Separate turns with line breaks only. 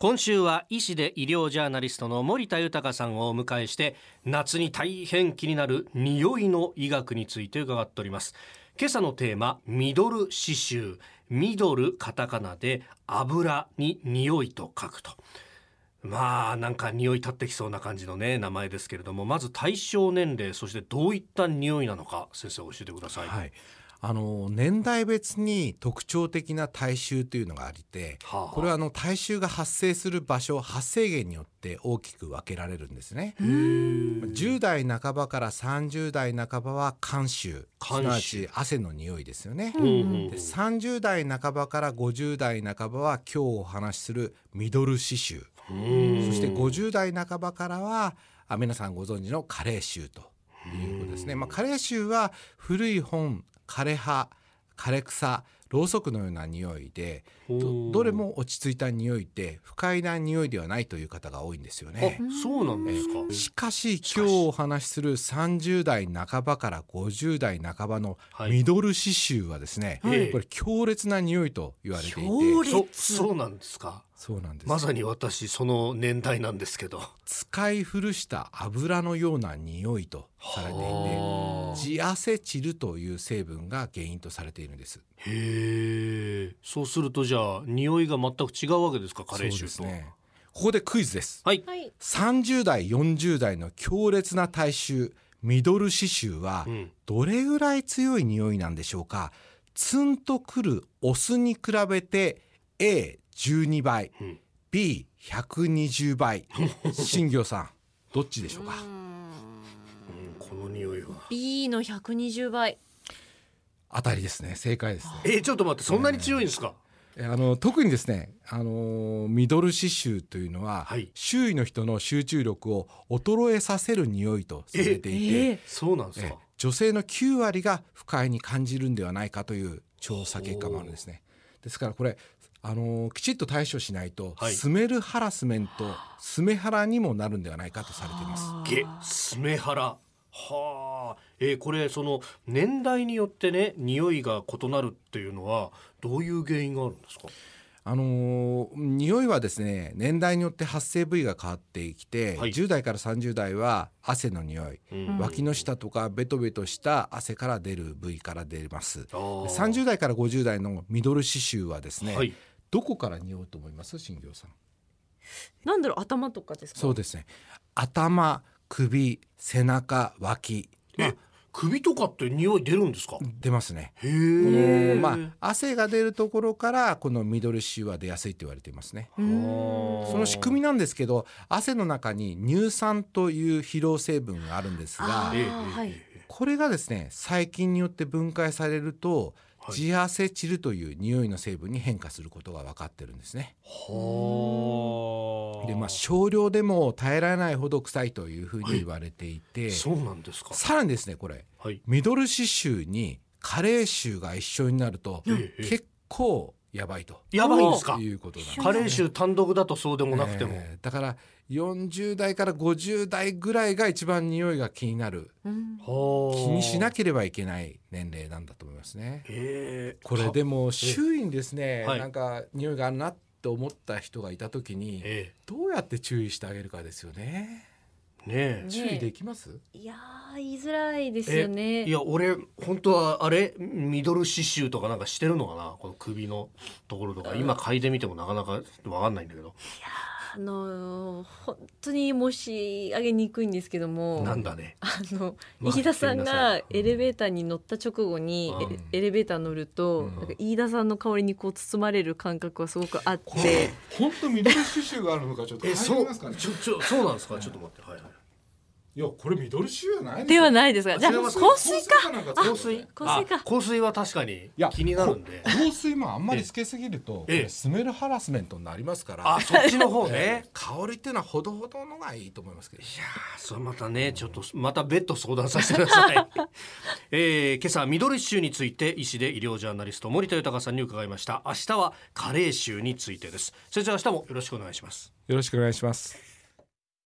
今週は医師で医療ジャーナリストの森田豊さんをお迎えして夏に大変気になる匂いの医学について伺っております今朝のテーマミドル刺繍ミドルカタカナで油に匂いと書くとまあなんか匂い立ってきそうな感じのね名前ですけれどもまず対象年齢そしてどういった匂いなのか先生教えてください、
はい、あの年代別に特徴的な体臭というのがありて、
はあはあ
これはあの体臭が発生する場所発生源によって大きく分けられるんですね。10代半ばから30代半ばは汗臭
汗臭
すなわち汗の匂いですよね。
うんうん
で30代半ばから50代半ばは今日お話しするミドル刺繍そして50代半ばからはあ皆さんご存知の加齢臭ということですね。まあ、加齢臭は古い本枯れ葉枯れ草ろうそくのような匂いで
ほう
どどれも落ち着いた匂いで不快な匂いではないという方が多いんですよ
あ
ね。
そうなんですか
しかし今日お話しする30代半ばから50代半ばの
はい
ミドル刺繍はですね、
はい
これ強烈な匂いと言われていて
強烈
そそうなんですか
そうなんです、
まさに私その年代なんですけど
使い古した油のような匂いとされてい
はあ
てジアセチルという成分が原因とされているんです。
へえそうするとじゃあ匂いが全く違うわけですか加齢臭と、
そうですねここでクイズです
はい
はい。
30代40代の強烈な体臭ミドル刺繍は
うん
どれぐらい強い匂いなんでしょうかツンとくるオスに比べて A12 倍、
うん
B120 倍新業さんどっちでしょうか
うんこの匂いは
B の120倍。
当たりですね正解ですね
えちょっと待ってそんなに強いんですか、
えあの特にですね、あのーミドル刺繍というのは、
はい
周囲の人の集中力を衰えさせる匂いとされていて、
ええ
そうなんです
え
か
女性の9割が不快に感じるんではないかという調査結果もあるんですね。ですからこれあのーきちっと対処しないと、
はい
スメルハラスメントスメハラにもなるんではないかとされています。
げスメハラはあ、えーこれその年代によってね匂いが異なるっていうのはどういう原因があるんですか
あのー匂いはですね年代によって発生部位が変わってきて、
はい
10代から30代は汗の匂い、
うん
脇の下とかベトベトした汗から出る部位から出ます
あー
30代から50代のミドル刺繍はですね、
はい
どこから匂うと思います新行さん
なんだろう頭とかですか。
そうですね頭首背中脇まあ
え首とかって匂い出るんですか
出ますね
へ
こ
え
のまあ汗が出るところからこのミドル刺繍は出やすいと言われていますね
うーん。
その仕組みなんですけど汗の中に乳酸という疲労成分があるんです
あ
が
ええええ
ーはい
ええ
これがですね細菌によって分解される
は
と、
い
ジアセチルという匂いの成分に変化することが分かってるんですね。
はあ
でまあ少量でも耐えられないほど臭いというふうに言われていて、
そうなんですか
さらにですねこれ
はい
ミドル刺繍に加齢臭が一緒になると、
ええ
結構やばいと
やばいんですか
いうことなんですね。
加齢臭単独だとそうでもなくても、
えーだから40代から50代ぐらいが一番匂いが気になる
うん
はあ
気にしなければいけない年齢なんだと思いますね。
ええ
これでも周囲にですね、
はい
なんか匂いがあるなって思った人がいた時に、
え
どうやって注意してあげるかですよね。
えねえ
注意できます？
いやー言いづらいですよね。
いや俺本当はあれミドル刺繍とかなんかしてるのかなこの首のところとか今嗅いでみてもなかなかわかんないんだけど、
あのー本当に申し上げにくいんですけども。
なんだね
あの
まあ
飯田さ
ご
ん
めんなさ
が
い
エレベーターに乗った直後に
うん
えエレベーター乗ると、
うん
なんか飯田さんの香りにこう包まれる感覚はすごくあって
本当ミドル刺繍があるのかちょっ
えそうちょちょそうなんですかちょっと待ってはいはい
いやこれミドル刺繍じゃない。
ではいないですがじゃあ
それ
香
は
水か
か。
香水
香水か
あ香水は確かに
や
気になるんで
香水もあんまりつけすぎると、
ええ
これスメルハラスメントになりますから。
あそっちの方
え
ね
え香りっていうのはほどほどのがいいと思いますけ
い
ど。
やーそれまたねちょっとまた別途相談させてください、 えー、今朝ミドル臭について医師で医療ジャーナリスト森田豊さんに伺いました明日は加齢臭についてです先生明日もよろしくお願いします
よろしくお願いします。